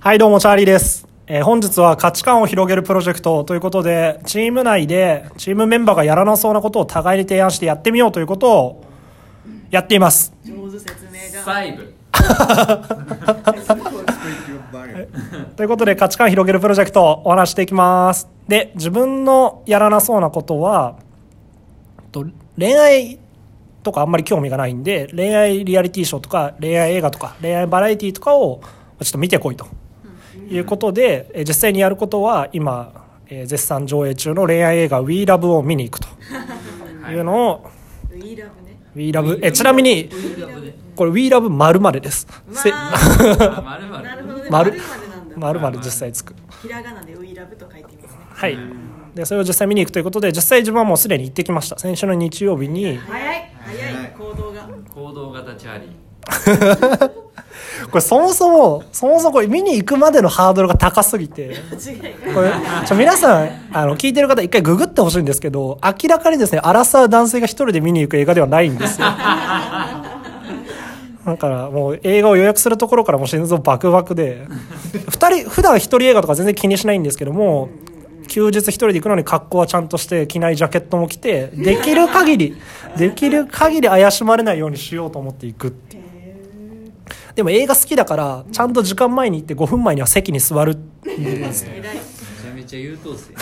はい、どうも、チャーリーです。えー本日は価値観を広げるプロジェクトということで、チーム内で、チームメンバーがやらなそうなことを互いに提案してやってみようということを、やっています。上手説明が細部ということで、価値観を広げるプロジェクトをお話していきます。で、自分のやらなそうなことは、と恋愛とかあんまり興味がないんで、恋愛リアリティショーとか、恋愛映画とか、恋愛バラエティとかを、ちょっと見てこいと。いうことで、えー実際にやることは今、えー絶賛上映中の恋愛映画「WeLove」を見に行くというのをウィーラブね「WeLove」えちなみにこれ「WeLove 丸までですせわあまるま ーなるほどるね丸丸までなんだ丸まで実際つくひらがなでウィーラブと書いていますねはいでそれを実際見に行くということで実際自分はもうすでに行ってきました先週の日曜日に早い早い行動が行動型チャーリーこれそもそもそもそもこれ見に行くまでのハードルが高すぎて間違いこれちょ皆さんあの聞いてる方一回ググってほしいんですけど明らかにですねアラサー男性が一人で見に行く映画ではないんですよ だからもう映画を予約するところからもう心臓バクバクで二人普段一人映画とか全然気にしないんですけども休日一人で行くのに格好はちゃんとして着ないジャケットも着てできる限りできる限り怪しまれないようにしようと思って行くっていうでも映画好きだからちゃんと時間前に行って5分前には席に座る偉いめちゃめちゃ優等生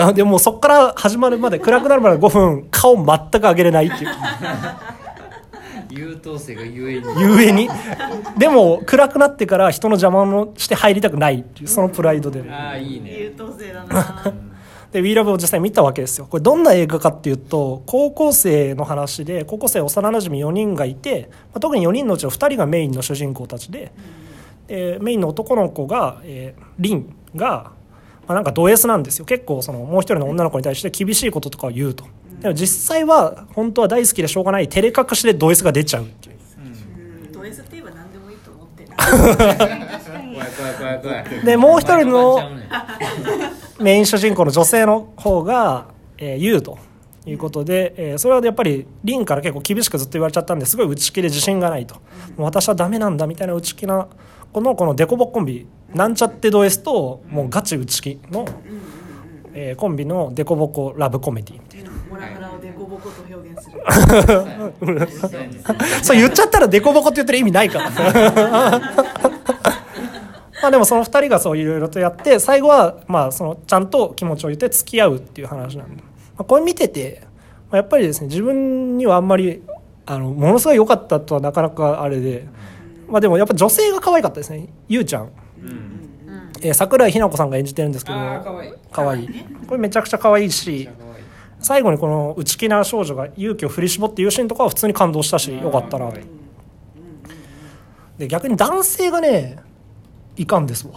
あでもそこから始まるまで暗くなるまで5分顔全く上げれないっていう優等生がゆえにゆえにでも暗くなってから人の邪魔をして入りたくないっていうそのプライドでああいい優ね等生だなで「WeLove」を実際見たわけですよこれどんな映画かっていうと高校生の話で高校生幼なじみ4人がいて、まあ特に4人のうちの2人がメインの主人公たちででメインの男の子が、えーリンが、まあ、なんかド S なんですよ結構そのもう一人の女の子に対して厳しいこととかを言うとでも実際は本当は大好きでしょうがない照れ隠しでド S が出ちゃうっていううんド S って言えば何でもいいと思ってる怖い怖い怖い怖いでもう一人のお前とおばちゃんねメイン主人公の女性の方が、えー、言うということで、えーそれはやっぱりリンから結構厳しくずっと言われちゃったんですごい打ち気で自信がないと、もう私はダメなんだみたいな打ち気なこのこのデコボココンビなんちゃってド S ともうガチ打ち気の、えーコンビのデコボコラブコメディみたいモラハラをデコボコと表現する実際にな そう言っちゃったらデコボコって言ってる意味ないから まあでもその2人がそういろいろとやって最後はまあそのちゃんと気持ちを言って付き合うっていう話なんで、まあ、これ見てて、まあ、やっぱりですね自分にはあんまりあのものすごい良かったとはなかなかあれで、まあ、でもやっぱ女性が可愛かったですねゆうちゃん、うんえー桜井日奈子さんが演じてるんですけどああかわいい可愛いこれめちゃくちゃ可愛いしかわいい最後にこの内気な少女が勇気を振り絞って言うシーンとかは普通に感動したしよかったなとで逆に男性がねいかんです わ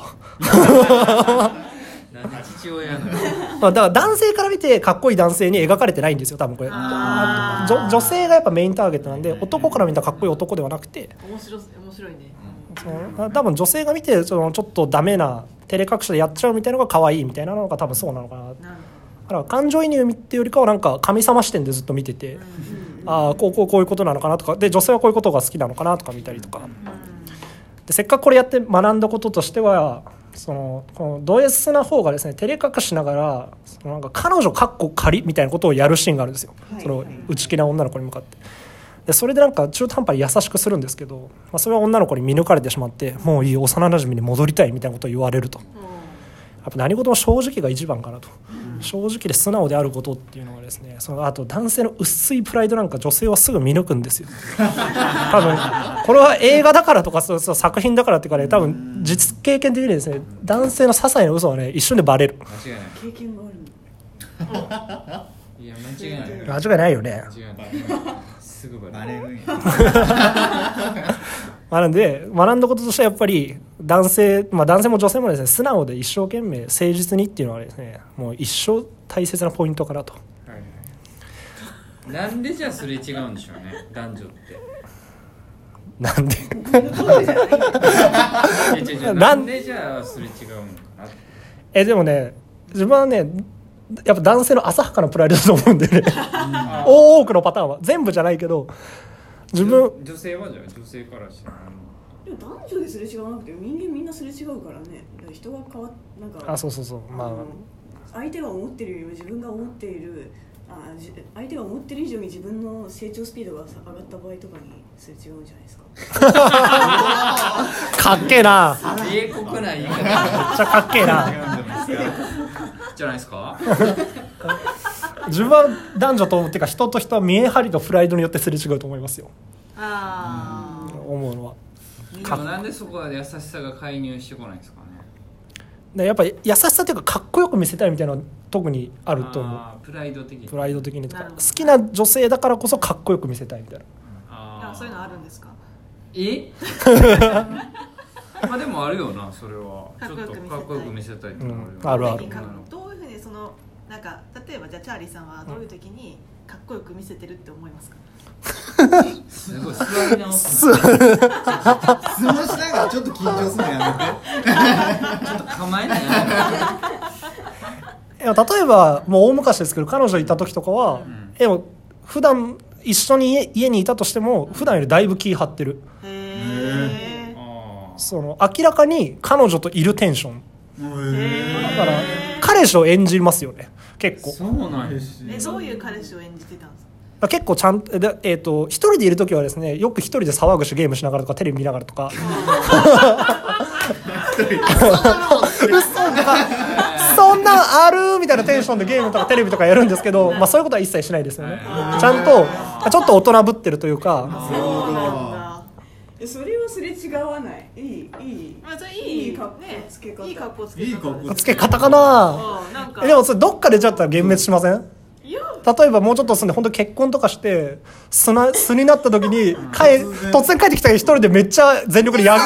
なんで父親なのまあだから男性から見てかっこいい男性に描かれてないんですよ多分これあー女女性がやっぱメインターゲットなんで男から見たらかっこいい男ではなくて面白す面白いねその多分女性が見てそのちょっとダメな照れ隠しでやっちゃうみたいなのが可愛いみたいなのが多分そうなのかななるだから感情移入っていうよりかはなんか神様視点でずっと見てて、ああこうこうこういうことなのかなとかで女性はこういうことが好きなのかなとか見たりとか、でせっかくこれやって学んだこととしてはそのこのド S な方がですね照れ隠しながらそのなんか彼女かっこ仮みたいなことをやるシーンがあるんですよ、はいそれをはい内気な女の子に向かって。でそれでなんか中途半端に優しくするんですけど、まあ、それは女の子に見抜かれてしまってもういい幼馴染に戻りたいみたいなことを言われると。ほどうんやっぱ何事も正直が一番かなと、正直で素直であることっていうのがですねそのあと男性の薄いプライドなんか女性はすぐ見抜くんですよ多分これは映画だからとかそうそう作品だからっていうかね多分実経験的にですね男性の些細な嘘はね一瞬でバレる間違いな経験があるのいいや間違いない間違いないよね間違いないすぐババレレるるんやまあなんで学んだこととしてはやっぱり男性、まあ、男性も女性もですね素直で一生懸命誠実にっていうのはですねもう一生大切なポイントかなとなんでじゃあすれ違うんでしょうね男女っなんでていや違う違なうなんんでじゃあすれ違うのかなってえでもね自分はねやっぱ男性の浅はかなプライドだと思うんで ね多くのパターンは全部じゃないけど自分女性はじゃあ女性からしたらあのでも男女ですれ違わなくても人間みんなすれ違うからねだから人が変わっなんかあそうそうそうまああの相手が思ってるよりも自分が思っているあじ相手が思ってる以上に自分の成長スピードがさ上がった場合とかにすれ違うんじゃないですかかっけえな英国な言めっい方ちゃかっけえなじゃないですか自分は男女とっていうか人と人は見え張りとプライドによってすれ違うと思いますよあ思うのはでもなんでそこは優しさが介入してこないんですかねでやっぱり優しさというかかっこよく見せたいみたいなのは特にああると思ープライド的にうプライド的にとかなる好ほどきな女性だからこそかっこよく見せたいみたいなあーあるんですかえ まあでもあるよなそれはかっこよく見せたいちょっとかっこよく見せたいってうのんあるある最近かどういうふうにそのなんか例えばじゃあチャーリーさんはどういう時にかっこよく見せてるって思いますかすごい座り直すすなちょ質問しながらちょっと緊張するのやっと構えないいや例えばもう大昔ですけど彼女いた時とかは、んでも普段一緒に家家にいたとしても普段よりだいぶ気張ってるへへえあーその明らかに彼女といるテンションめてだへへからへー彼氏を演じますよね結構そうなんやえどういう彼氏を演じてたんですかまあ結構ちゃんと、でえっ、と、一人でいるときはですね、よく一人で騒ぐし、ゲームしながらとか、テレビ見ながらとか、そんなんあるみたいなテンションでゲームとかテレビとかやるんですけど、まあそういうことは一切しないですよね。ちゃんと、ちょっと大人ぶってるというか、そうなんだえそれはすれ違わないいいいいまあそれいいいい格好つけ方ねいい格好つけ方いい格好付け方かなうんなんかえでもそれどっかでじゃあったら幻滅しませんいや例えばもうちょっと住んで本当結婚とかして素な素になった時に帰突然突然帰ってきたら一人でめっちゃ全力で や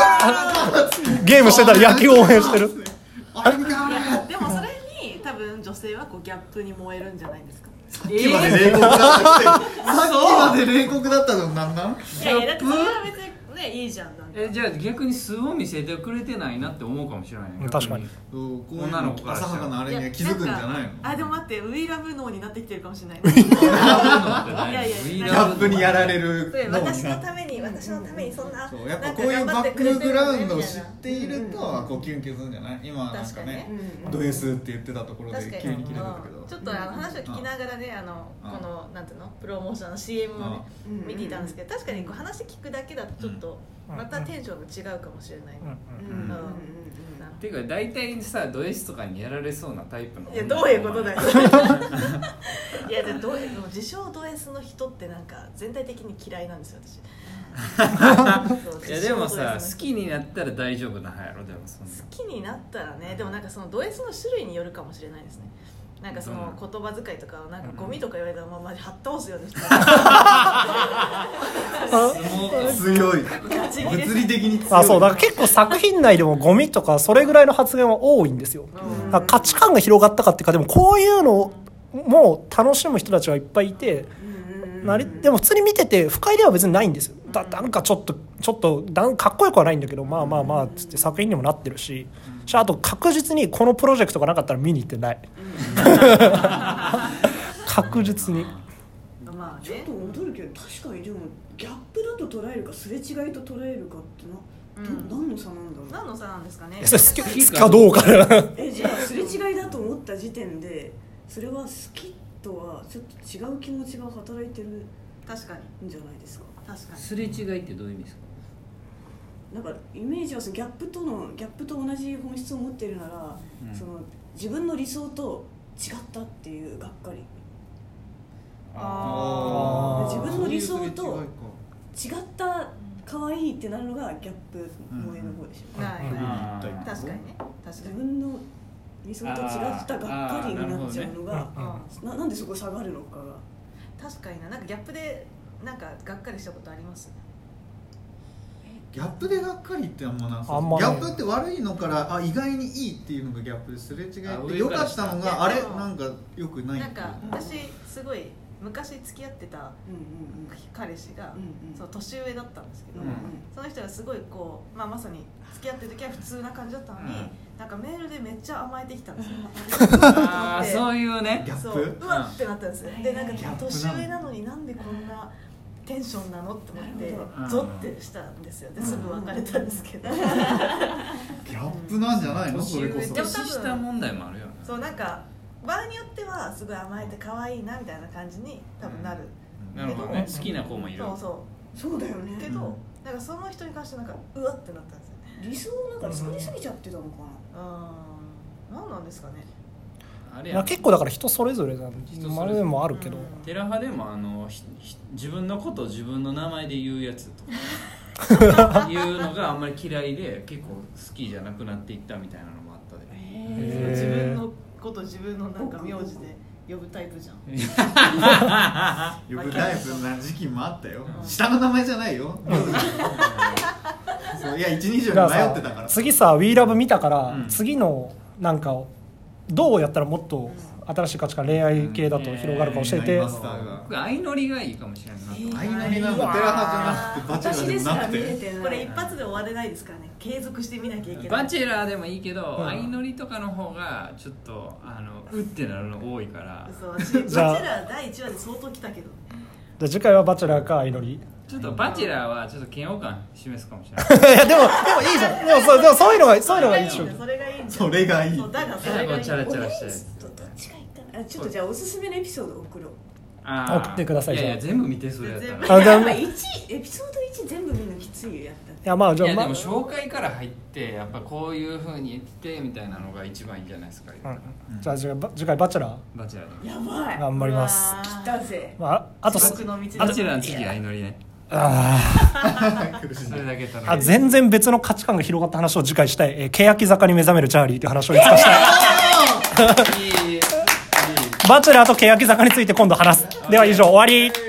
ゲームしてたら野球応援してるあれ見た でもそれに多分女性はこうギャップに燃えるんじゃないですかえ今までー冷酷だったくせにさっきまで冷酷だったのなんなんいやいやだってそれは別にねいいじゃんなんかえじゃあ逆に素を見せてくれてないなって思うかもしれないねうん確かにそうこういう女の子からした浅らはかなあれには気づくんじゃないのやんかあでも待ってウィーラブ脳になってきてるかもし れないいやいやギギャップにやられるそうの私にのなために私のためにそんなそうやっなぱんかこういう頑張バってッくれクてグるよラねウンドをみたい知なっているとこうキュンキュンするんじゃない今はなんかねド S って言ってたところで確かに急に切れたけうんちどょっとあの話を聞きながらねあのうんこのなんていうのプロモーションの CM をねうんうんうん見ていたんですけど確かにこう話聞くだけだとちょっとまたテンションが違うかもしれないうんうんうんうんうんなていうか大体さド S とかにやられそうなタイプのいやどういうことだよ いやでどうでも自称ド S の人ってなんか全体的に嫌いなんですよ私いやでもさ自称好きド S の人になったら大丈夫なはやろでもそんな好きになったらねでもなんかそのド S の種類によるかもしれないですねなんかそのう言葉遣いとかなんかゴミとか言われたらまあマジはったおすよね強いガチギレ物理的に強いあそうだから結構作品内でもゴミとかそれぐらいの発言は多いんですようんだから価値観が広がったかっていうかでもこういうのも楽しむ人たちがいっぱいいてなりでも普通に見てて不快では別にないんですよだなんかちょっとちょっとなんかっこよくはないんだけどまあまあまあっつって作品にもなってるししあと確実にこのプロジェクトがなかったら見に行ってない 確実にまあちょっねと戻るけど確かにでもギャップだと捉えるかすれ違いと捉えるかってな、うんど何の差なんだろう何の差なんですかねそれ好き好きかどうかだよえじゃあすれ違いだと思った時点でそれは好きとはちょっと違う気持ちが働いてるん確かにじゃないですか確かにすれ違いってどういう意味ですかなんかイメージはそのギャップとのギャップと同じ本質を持ってるなら、うんその自分の理想と違ったっていうがっかりあー自分の理想とそういう違った可愛いってなるのがギャップ萌えの方でしょ、ない強いかあー確かにね確か自に分の理想と違ったがっかりになっちゃうのあーなるほどがねななんでそこ下がるのかが確かにななんかギャップでなんかがっかりしたことありますギャップでがっかりってあんまなさあんまギなャいップって悪いのからあ意外にいいっていうのがギャップですれ違いってあ上から良かったのいやがあれでもなんか良くないなんか私っすごい昔付き合ってたうんうんうん彼氏が、うんうんそう年上だったんですけど、うんその人がすごいこう、まあ、まさに付き合ってる時は普通な感じだったのに、うんなんかメールでめっちゃ甘えてきたんですよあーそういうねギャップそううわってなったんですよでなんギかャップなの年上なのになんでこんなテンションなのって思ってなるほどゾッてしたんですよですぐ別れたんですけどギャップなんじゃないのそ年れ上こそでも年下問題もあるよねそうなんか場合によってはすごい甘えて可愛いなみたいな感じに多分なる、なるほどね好きな子もいるそうそうそうだよけねど、うんなんかその人に関してなんかうわってなったんですよね理想をなんか作りすぎちゃってたのかうん何なんですかねあまれやあ結構だから人それぞれなんで人それぞれまああれでもあるけど、うんテラハでもあのひひ自分のことを自分の名前で言うやつとか いうのがあんまり嫌いで結構好きじゃなくなっていったみたいなのもあったでなへー自分のこと自分のなんか名字で呼ぶタイプじゃんよくタイプな時期もあったようん下の名前じゃないよそういや一人称だにか迷らってたかさら次さ「WeLove」見たから、うん次のなんかをどうやったらもっと新しい価値観恋愛系だと広がるか教えて、うんマスターが僕相乗りがいいかもしれないなと思っ相乗りなんだテラハじゃなくてバチェラ私ーでですもらなく見れててないこれ一発で終われないですからね継続してみなきゃいけなていバチェラーでもいいけどうん相乗りとかの方がちょっとあのうってなるの多いからそう私バチじゃあェラー第1話で相当来たけどじゃあ次回は「バチェラー」か「祈り」ちょっとバチェラーはちょっと嫌悪感示すか もしれないいやでもでもいいじゃんでもそうでもそういうのがそういうのがいいでしょそれがいいんだそれがいいそうだからそれがいいチャラチャラしオてレンジとどっちがいいかなあちょっとじゃあおすすめのエピソード送ろうあー送ってくださいいじゃあやいや全部見てそれやったらあじゃあやっぱ1エピソード1全部見るのきついよやったいやまあいじゃやあでまも紹介から入ってやっぱこういうふうに言ってみたいなのが一番いいんじゃないですか、あうん、じゃあ次回ば次回「バチェラバチェラーやばー」い頑張ります、来たぜまあ、ああとす僕の道バチェラーの次は祈りねあ苦しいそれだけ頼ーむあ全然別の価値観が広がった話を次回したい、えー、欅坂に目覚めるチャーリーという話をいつかしたい、 いいいいバチェラーと欅坂について今度話すでは以上終わり